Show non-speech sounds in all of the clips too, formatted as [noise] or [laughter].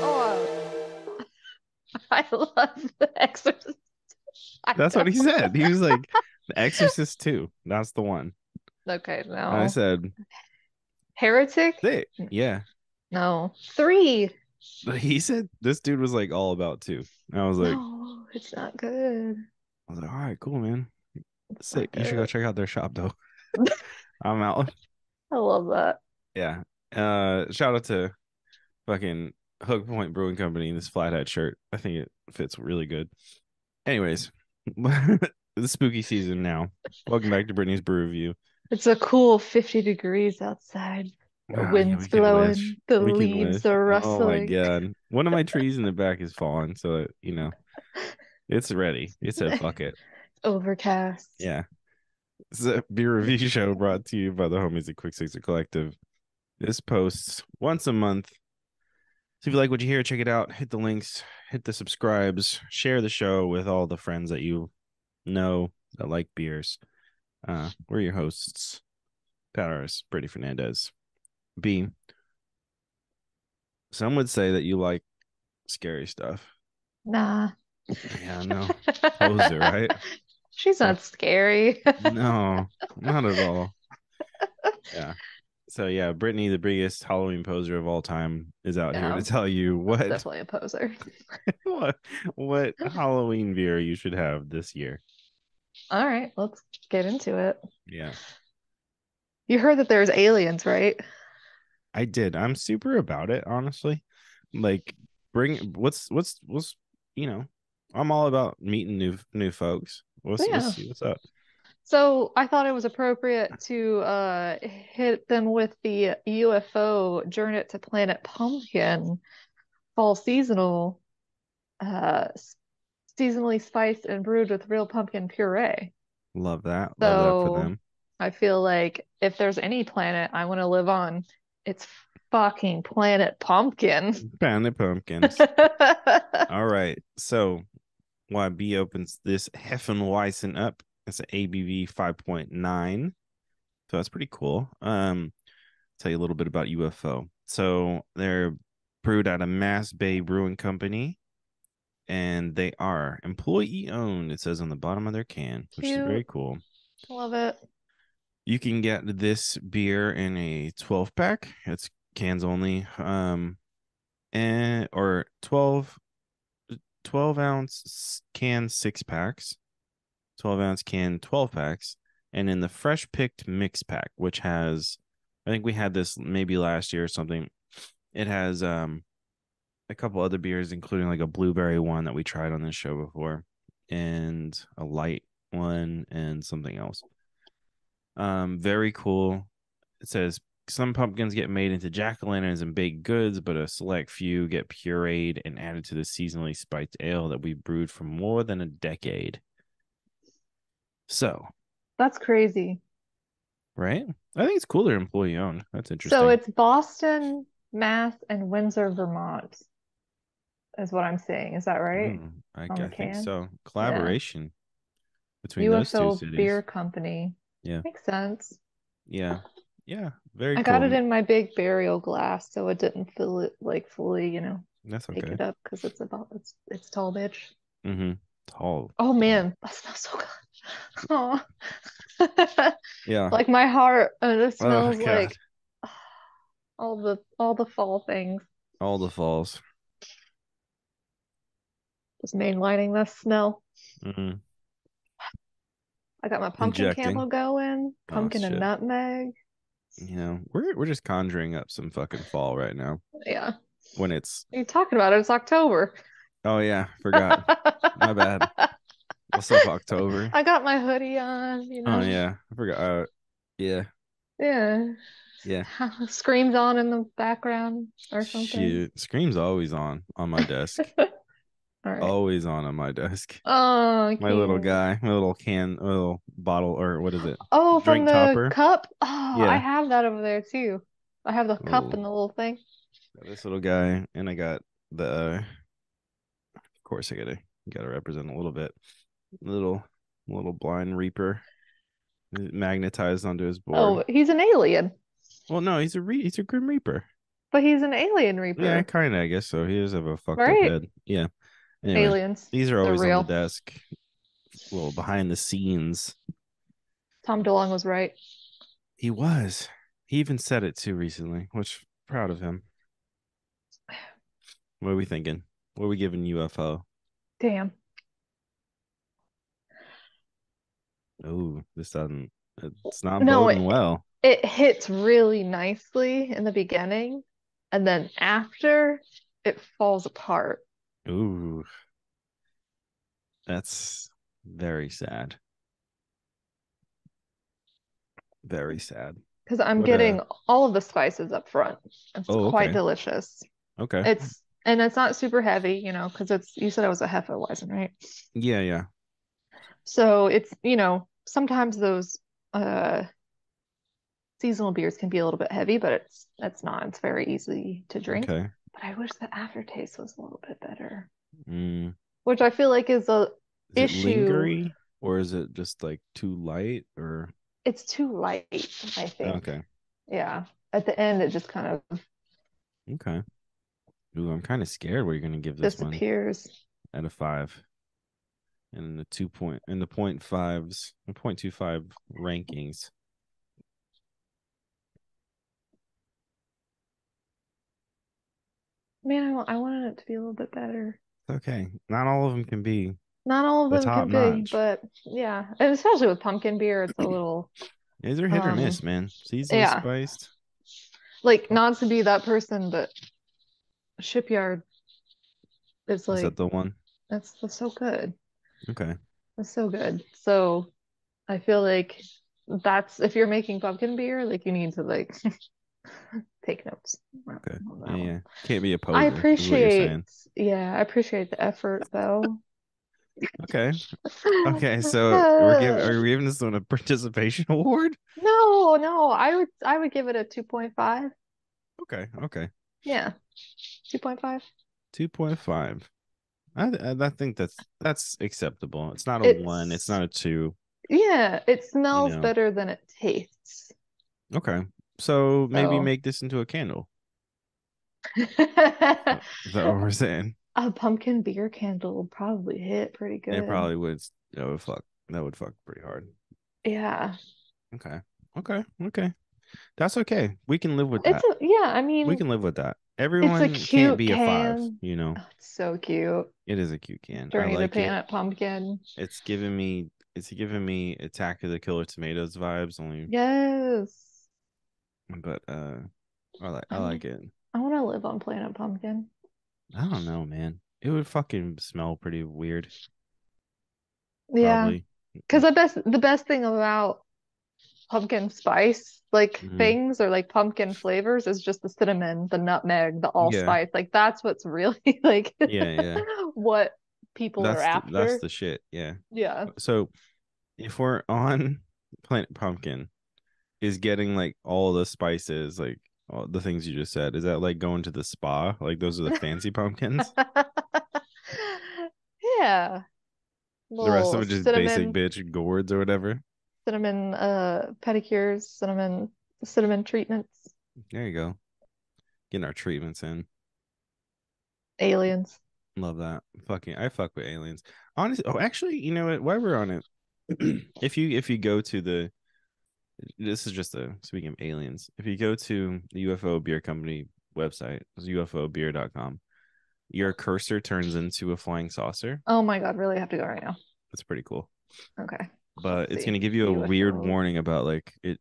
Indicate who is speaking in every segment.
Speaker 1: oh, I [laughs] love the Exorcist. I
Speaker 2: That's what he
Speaker 1: know.
Speaker 2: said. He was like, The Exorcist 2. That's the one.
Speaker 1: [laughs] Okay, no.
Speaker 2: And I said,
Speaker 1: Heretic?
Speaker 2: Thick. Yeah.
Speaker 1: No. Three.
Speaker 2: But He said this dude was like all about two. And I
Speaker 1: [gasps]
Speaker 2: was like,
Speaker 1: no, it's not good.
Speaker 2: I was like, all right, cool, man.
Speaker 1: It's not
Speaker 2: Sick. You should go
Speaker 1: good.
Speaker 2: check out their shop though. [laughs] I'm out.
Speaker 1: I love that.
Speaker 2: Yeah. Uh shout out to fucking Hook Point Brewing Company in this flathead shirt. I think it fits really good. Anyways, [laughs] the spooky season now. Welcome back to Brittany's Brew Review.
Speaker 1: It's a cool 50 degrees outside. The
Speaker 2: Ah, yeah,
Speaker 1: wind's
Speaker 2: we can
Speaker 1: blowing,
Speaker 2: wish.
Speaker 1: the
Speaker 2: We can
Speaker 1: leaves
Speaker 2: wish.
Speaker 1: are
Speaker 2: Oh my
Speaker 1: rustling.
Speaker 2: god.
Speaker 1: [laughs]
Speaker 2: One of my trees in the back is falling, so you know. It's ready.
Speaker 1: [laughs]
Speaker 2: It's a fuck it.
Speaker 1: Overcast.
Speaker 2: Yeah. This is a beer review [laughs] show brought to you by the homies at Quick Sixer Collective. This posts once a month. So if you like what you hear, check it out. Hit the links, hit the subscribes, share the show with all the friends that you know that like beers. Uh, we're your hosts, Pat Aris, Brady Fernandez. B. Some would say that you like scary stuff.
Speaker 1: Nah.
Speaker 2: Yeah,
Speaker 1: [laughs]
Speaker 2: no. Poser, right?
Speaker 1: She's not scary. [laughs]
Speaker 2: no, not at all. Yeah. So yeah, Brittany, the biggest Halloween poser of all time, is out here
Speaker 1: Yeah.
Speaker 2: to tell you what
Speaker 1: Definitely a poser.
Speaker 2: what
Speaker 1: [laughs]
Speaker 2: what Halloween beer you should have this year.
Speaker 1: All right, let's get into it.
Speaker 2: Yeah,
Speaker 1: You heard that there's aliens, right?
Speaker 2: I did. I'm super about it, honestly. Like, bring what's what's what's you know, I'm all about meeting new new folks. What's what's, what's up?
Speaker 1: So I thought it was appropriate to uh, hit them with the UFO Journey to Planet Pumpkin fall seasonal, uh, s- seasonally spiced and brewed with real pumpkin puree.
Speaker 2: Love that. Love that for
Speaker 1: So-
Speaker 2: them.
Speaker 1: I feel like if there's any planet I want to live on, it's fucking planet pumpkin. [laughs]
Speaker 2: Bandit pumpkins. All right. So YB opens this Weissen up. It's an ABV 5.9. So that's pretty cool. Um, tell you a little bit about UFO. So they're brewed out of Mass Bay Brewing Company. And they are employee owned, it says on the bottom of their can, which is
Speaker 1: Cute.
Speaker 2: very cool.
Speaker 1: Love it.
Speaker 2: You can get this beer in a 12 pack. It's cans only. Um and or 12 12 ounce s- can six packs. 12 ounce can 12 packs and in the fresh picked mix pack which has I think we had this maybe last year or something. It has um a couple other beers including like a blueberry one that we tried on this show before and a light one and something else. Um, very cool. It says some pumpkins get made into jack o' lanterns and baked goods, but a select few get pureed and added to the seasonally spiked ale that we brewed for more than a decade. So,
Speaker 1: That's crazy.
Speaker 2: right? I think it's cool they're employee owned. That's interesting.
Speaker 1: So it's Boston, Mass, and Windsor, Vermont, is what I'm seeing. Is that right?
Speaker 2: Mm, I,
Speaker 1: on the
Speaker 2: I think
Speaker 1: can.
Speaker 2: so. Collaboration between those two
Speaker 1: UFO
Speaker 2: cities.
Speaker 1: Beer Company.
Speaker 2: Yeah.
Speaker 1: Makes sense.
Speaker 2: Yeah. Yeah. Very
Speaker 1: I
Speaker 2: cool.
Speaker 1: got it in my big burial glass, so it didn't fill it like fully, you know,
Speaker 2: That's
Speaker 1: take
Speaker 2: okay.
Speaker 1: it up because it's about it's it's tall, bitch.
Speaker 2: Mm-hmm. Tall.
Speaker 1: Oh man, that smells so good. [laughs] Oh,
Speaker 2: Yeah.
Speaker 1: like my heart. Oh, it smells
Speaker 2: God.
Speaker 1: like [sighs] all the all the fall things.
Speaker 2: All the falls.
Speaker 1: Just mainlining this smell.
Speaker 2: Mm-hmm.
Speaker 1: I got my pumpkin
Speaker 2: Injecting.
Speaker 1: candle going,
Speaker 2: Oh,
Speaker 1: pumpkin and
Speaker 2: shit.
Speaker 1: nutmeg.
Speaker 2: you know we're we're just conjuring up some fucking fall right now
Speaker 1: Yeah.
Speaker 2: when it's
Speaker 1: What are you talking about? It's October.
Speaker 2: oh yeah
Speaker 1: [laughs]
Speaker 2: forgot my bad. what's up october
Speaker 1: I got my hoodie on, you know.
Speaker 2: oh yeah i forgot uh, yeah
Speaker 1: Yeah.
Speaker 2: Yeah.
Speaker 1: [laughs] Screams on in the background or something.
Speaker 2: shit screams always on on my desk
Speaker 1: All [laughs] right.
Speaker 2: always on on my desk
Speaker 1: Oh,
Speaker 2: Oh, my little
Speaker 1: cute.
Speaker 2: guy my little can my little bottle or what
Speaker 1: [gasps]
Speaker 2: is it
Speaker 1: Oh, from
Speaker 2: drink
Speaker 1: the
Speaker 2: topper.
Speaker 1: cup. Oh, I
Speaker 2: Yeah.
Speaker 1: have that over there too. I have the cup
Speaker 2: Oh.
Speaker 1: and the little thing.
Speaker 2: Got this little guy and i got the uh, of course i gotta gotta represent a little bit little little blind reaper magnetized onto his board
Speaker 1: Oh, he's an alien,
Speaker 2: well no he's a re- he's a grim reaper
Speaker 1: but he's an alien reaper.
Speaker 2: Yeah, kind of. I guess so. He does have a fucked up
Speaker 1: Right?
Speaker 2: head. Yeah. Anyway,
Speaker 1: aliens.
Speaker 2: these are
Speaker 1: they're
Speaker 2: always
Speaker 1: real.
Speaker 2: on the desk. Well, behind the scenes.
Speaker 1: Tom DeLonge was right.
Speaker 2: He was. He even said it too recently, which proud of him. What are we thinking? What are we giving UFO?
Speaker 1: Damn.
Speaker 2: Oh, this doesn't it's not
Speaker 1: No,
Speaker 2: boding
Speaker 1: it-
Speaker 2: well.
Speaker 1: It hits really nicely in the beginning, and then after it falls apart.
Speaker 2: Ooh. That's very sad. Very sad.
Speaker 1: Because I'm
Speaker 2: What a-
Speaker 1: getting all of the spices up front. It's
Speaker 2: Oh,
Speaker 1: quite
Speaker 2: okay.
Speaker 1: delicious.
Speaker 2: Okay.
Speaker 1: It's and it's not super heavy, you know, because it's you said I was a Hefeweizen, right?
Speaker 2: yeah, yeah.
Speaker 1: So it's, you know, sometimes those uh seasonal beers can be a little bit heavy, but it's it's not. It's very easy to drink.
Speaker 2: Okay.
Speaker 1: But I wish the aftertaste was a little bit better,
Speaker 2: Mm.
Speaker 1: which I feel like is a
Speaker 2: Is
Speaker 1: Issue-
Speaker 2: it lingering or is it just like too light or
Speaker 1: it's too light, I think.
Speaker 2: okay.
Speaker 1: Yeah. At the end it just kind of
Speaker 2: Okay. Ooh, I'm kind of scared what you're gonna give this one.
Speaker 1: disappears.
Speaker 2: out of five. And the two point and the point fives, the point two five rankings.
Speaker 1: Man, I, wa- I wanted it to be a little bit better.
Speaker 2: Okay, not all of them can be.
Speaker 1: Not all of
Speaker 2: The
Speaker 1: them can
Speaker 2: top
Speaker 1: be,
Speaker 2: notch.
Speaker 1: but yeah. And especially with pumpkin beer, it's a little
Speaker 2: These are hit or
Speaker 1: Um,
Speaker 2: miss, man. Seasonally
Speaker 1: yeah.
Speaker 2: spiced.
Speaker 1: like not to be that person, but Shipyard is
Speaker 2: Is
Speaker 1: like
Speaker 2: that the one?
Speaker 1: that's that's so good.
Speaker 2: Okay.
Speaker 1: That's so good. So I feel like that's if you're making pumpkin beer, like you need to like [laughs] take notes. on
Speaker 2: Okay.
Speaker 1: that
Speaker 2: Yeah,
Speaker 1: one.
Speaker 2: yeah. Can't be a poser.
Speaker 1: I
Speaker 2: is what you're
Speaker 1: appreciate
Speaker 2: saying.
Speaker 1: yeah, I appreciate the effort though.
Speaker 2: Okay. Okay. So we're giving are we giving this one a [laughs] participation award?
Speaker 1: [laughs] No, no, I would I would give it a 2.5.
Speaker 2: Okay. Okay.
Speaker 1: Yeah. 2.5.
Speaker 2: Two point five. I I I think that's that's acceptable. It's not a one.
Speaker 1: It's-
Speaker 2: It's not a two.
Speaker 1: Yeah, it smells
Speaker 2: know.
Speaker 1: better than it tastes. [laughs]
Speaker 2: Okay. So maybe
Speaker 1: So-
Speaker 2: make this into a candle. Is
Speaker 1: [laughs]
Speaker 2: that what we're saying?
Speaker 1: A pumpkin beer candle would probably hit pretty good.
Speaker 2: It probably would. That would fuck. That would fuck pretty hard.
Speaker 1: Yeah.
Speaker 2: Okay. Okay. Okay. That's okay. We can live with that.
Speaker 1: It's a, yeah, I mean,
Speaker 2: we can live with that. Everyone
Speaker 1: cute
Speaker 2: can't be a five.
Speaker 1: can.
Speaker 2: You know,
Speaker 1: oh, it's so cute.
Speaker 2: it is a cute can.
Speaker 1: Journey
Speaker 2: I like
Speaker 1: to Planet
Speaker 2: it.
Speaker 1: Pumpkin.
Speaker 2: It's giving me. It's giving me Attack of the Killer Tomatoes vibes. Only,
Speaker 1: Yes.
Speaker 2: but uh, I like. I
Speaker 1: Um,
Speaker 2: like it.
Speaker 1: I want to live on Planet Pumpkin.
Speaker 2: I don't know, man. It would fucking smell pretty weird.
Speaker 1: Yeah. [laughs]
Speaker 2: Probably.
Speaker 1: Because the best the best thing about pumpkin spice like
Speaker 2: Mhm.
Speaker 1: things or like pumpkin flavors is just the cinnamon, the nutmeg, the allspice. Like that's what's really [laughs] like
Speaker 2: Yeah. Yeah.
Speaker 1: what people are
Speaker 2: that's the, that's
Speaker 1: after.
Speaker 2: the shit.
Speaker 1: [laughs]
Speaker 2: Yeah.
Speaker 1: Yeah.
Speaker 2: so if we're on planet pumpkin is getting like all the spices like all the things you just said is that like going to the spa like those are the
Speaker 1: [laughs]
Speaker 2: fancy pumpkins
Speaker 1: yeah.
Speaker 2: the rest of
Speaker 1: Little
Speaker 2: it just
Speaker 1: cinnamon-
Speaker 2: basic bitch gourds or whatever
Speaker 1: cinnamon uh pedicures, cinnamon cinnamon treatments,
Speaker 2: there you go getting our treatments in
Speaker 1: aliens.
Speaker 2: love that fucking i fuck with aliens honestly oh actually you know what while we're on it [clears throat] if you if you go to the this is just a speaking of aliens if you go to the ufo beer company website it's ufobeer.com your cursor turns into a flying saucer
Speaker 1: Oh my god, really have to go right now.
Speaker 2: that's pretty cool
Speaker 1: Okay. [laughs]
Speaker 2: but it's
Speaker 1: see.
Speaker 2: going to give you a weird
Speaker 1: UFO.
Speaker 2: warning about like it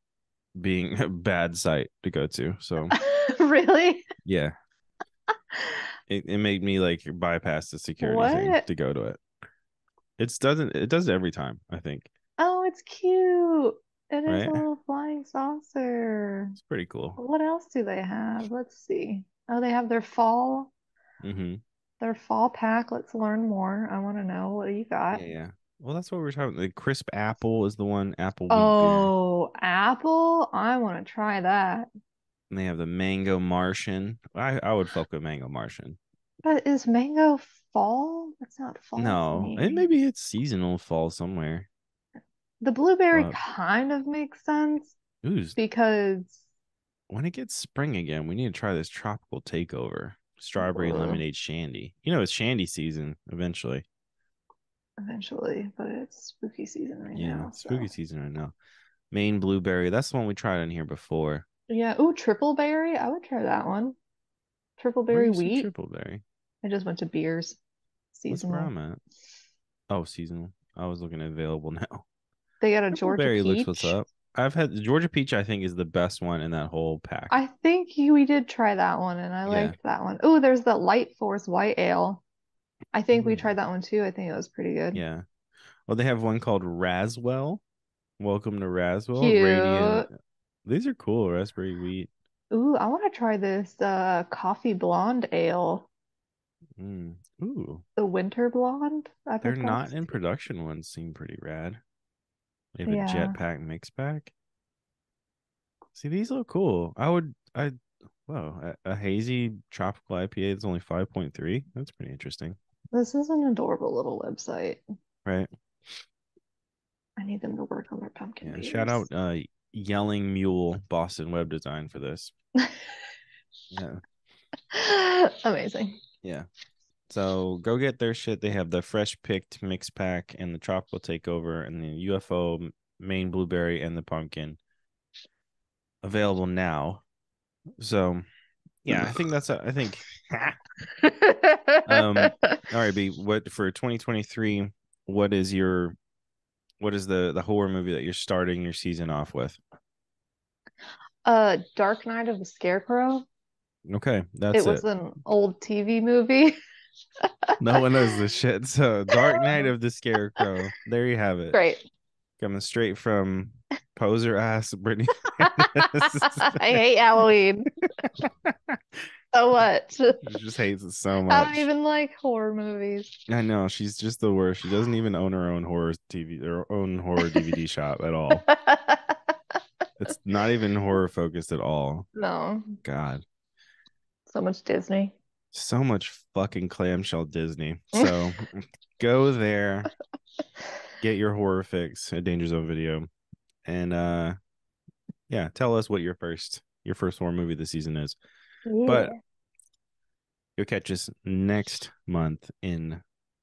Speaker 2: being [laughs] a bad site to go to so
Speaker 1: really? [laughs]
Speaker 2: yeah it, it made me like bypass the security thing
Speaker 1: What?
Speaker 2: to go to it it's doesn't it does it every time i think
Speaker 1: Oh, it's cute. It is
Speaker 2: Right?
Speaker 1: a little flying saucer.
Speaker 2: it's pretty cool
Speaker 1: What else do they have? Let's see. Oh, they have their fall
Speaker 2: hmm
Speaker 1: their fall pack. Let's learn more. I want to know what do you
Speaker 2: yeah
Speaker 1: got?
Speaker 2: yeah well that's what we we're talking the crisp apple is the one apple wheat beer.
Speaker 1: Oh, apple. I want to try that.
Speaker 2: and they have the mango martian i i would fuck with mango martian
Speaker 1: But is mango fall? That's not fall. to
Speaker 2: no
Speaker 1: me.
Speaker 2: and maybe it's seasonal fall somewhere
Speaker 1: The blueberry
Speaker 2: What?
Speaker 1: kind of makes sense
Speaker 2: ooh
Speaker 1: because
Speaker 2: when it gets spring again we need to try this tropical takeover strawberry
Speaker 1: Ugh.
Speaker 2: lemonade shandy. You know, it's shandy season eventually.
Speaker 1: eventually, but it's spooky season right
Speaker 2: yeah,
Speaker 1: now. so-
Speaker 2: spooky season right now. Maine blueberry. That's the one we tried in here before.
Speaker 1: Yeah. Ooh, triple berry. I would try that one. Triple
Speaker 2: Where
Speaker 1: berry
Speaker 2: you see
Speaker 1: wheat.
Speaker 2: Triple berry.
Speaker 1: I just went to beers.
Speaker 2: That's where
Speaker 1: Seasonal.
Speaker 2: I'm at. Oh, seasonal. I was looking at available now.
Speaker 1: They got a
Speaker 2: Triple
Speaker 1: [laughs] Georgia
Speaker 2: berry looks what's
Speaker 1: peach.
Speaker 2: up. I've had the Georgia peach. I think is the best one in that whole pack.
Speaker 1: I think you- we did try that one, and I
Speaker 2: Yeah.
Speaker 1: liked that one. Oh, there's the Light Force White Ale. I think we
Speaker 2: Mm.
Speaker 1: tried that one too. I think it was pretty good.
Speaker 2: Yeah. Well, they have one called Raswell. Welcome to Raswell. Radiant. These are cool. Raspberry wheat.
Speaker 1: Ooh, I want to try this uh coffee blonde ale,
Speaker 2: Mm. Ooh,
Speaker 1: the winter blonde. I've
Speaker 2: they're
Speaker 1: heard
Speaker 2: not
Speaker 1: that's-
Speaker 2: in production. Ones seem pretty rad. They have a
Speaker 1: Yeah.
Speaker 2: jetpack mix pack. See, these look cool. I would. I. Whoa, a, a hazy tropical IPA that's only five point three. That's pretty interesting,
Speaker 1: This is an adorable little website.
Speaker 2: right?
Speaker 1: I need them to work on their pumpkin
Speaker 2: Yeah. Shout out,
Speaker 1: beers.
Speaker 2: uh, Yelling Mule Boston Web Design for this. Yeah.
Speaker 1: [laughs] Amazing.
Speaker 2: Yeah. So go get their shit. They have the fresh picked mix pack and the tropical takeover and the UFO m- main blueberry and the pumpkin available now. So yeah, I think that's a, I think Um, all right, B, what for 2023, what is your what is the the horror movie that you're starting your season off with?
Speaker 1: [laughs] Uh, Dark Knight of the Scarecrow.
Speaker 2: Okay,
Speaker 1: It
Speaker 2: that's it.
Speaker 1: was an old TV movie. [laughs]
Speaker 2: No one knows this shit. So Dark Knight of the Scarecrow. There you have it.
Speaker 1: Great. [laughs]
Speaker 2: Coming straight from poser ass Brittany
Speaker 1: I hate Halloween so
Speaker 2: [laughs]
Speaker 1: much.
Speaker 2: She just hates it so
Speaker 1: I
Speaker 2: much.
Speaker 1: don't even like horror movies.
Speaker 2: I know she's just the worst. She doesn't even own her own horror TV, her own
Speaker 1: [laughs]
Speaker 2: horror DVD shop at all. It's not even horror focused at all.
Speaker 1: no,
Speaker 2: God,
Speaker 1: so much Disney.
Speaker 2: so much fucking clamshell Disney.
Speaker 1: [laughs]
Speaker 2: So go there, get your horror fix at Danger Zone Video, and uh, yeah, tell us what your first your first horror movie this season is. But you'll catch us next month in.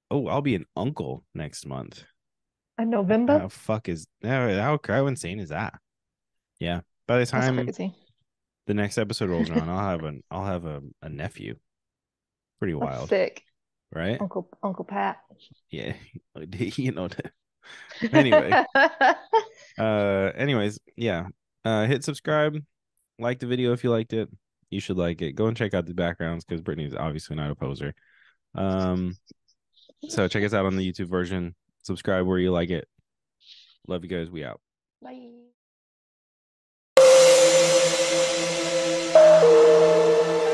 Speaker 2: Oh, I'll be an uncle next month.
Speaker 1: in November,
Speaker 2: How fuck is how how, how insane is that? Yeah. By the
Speaker 1: that's
Speaker 2: time
Speaker 1: crazy.
Speaker 2: the next episode rolls around, I'll have an I'll have a, a nephew. Pretty
Speaker 1: That's
Speaker 2: wild,
Speaker 1: sick, Oh.
Speaker 2: right?
Speaker 1: Uncle Uncle Pat.
Speaker 2: Yeah. [laughs] you know.
Speaker 1: [laughs]
Speaker 2: Anyway. Uh. Anyways, yeah. Uh. Hit subscribe, like the video if you liked it. You should like it. Go and check out the backgrounds because Brittany's obviously not a poser. Um. So check us out on the YouTube version. Subscribe where you like it. Love you guys. We out.
Speaker 1: Bye.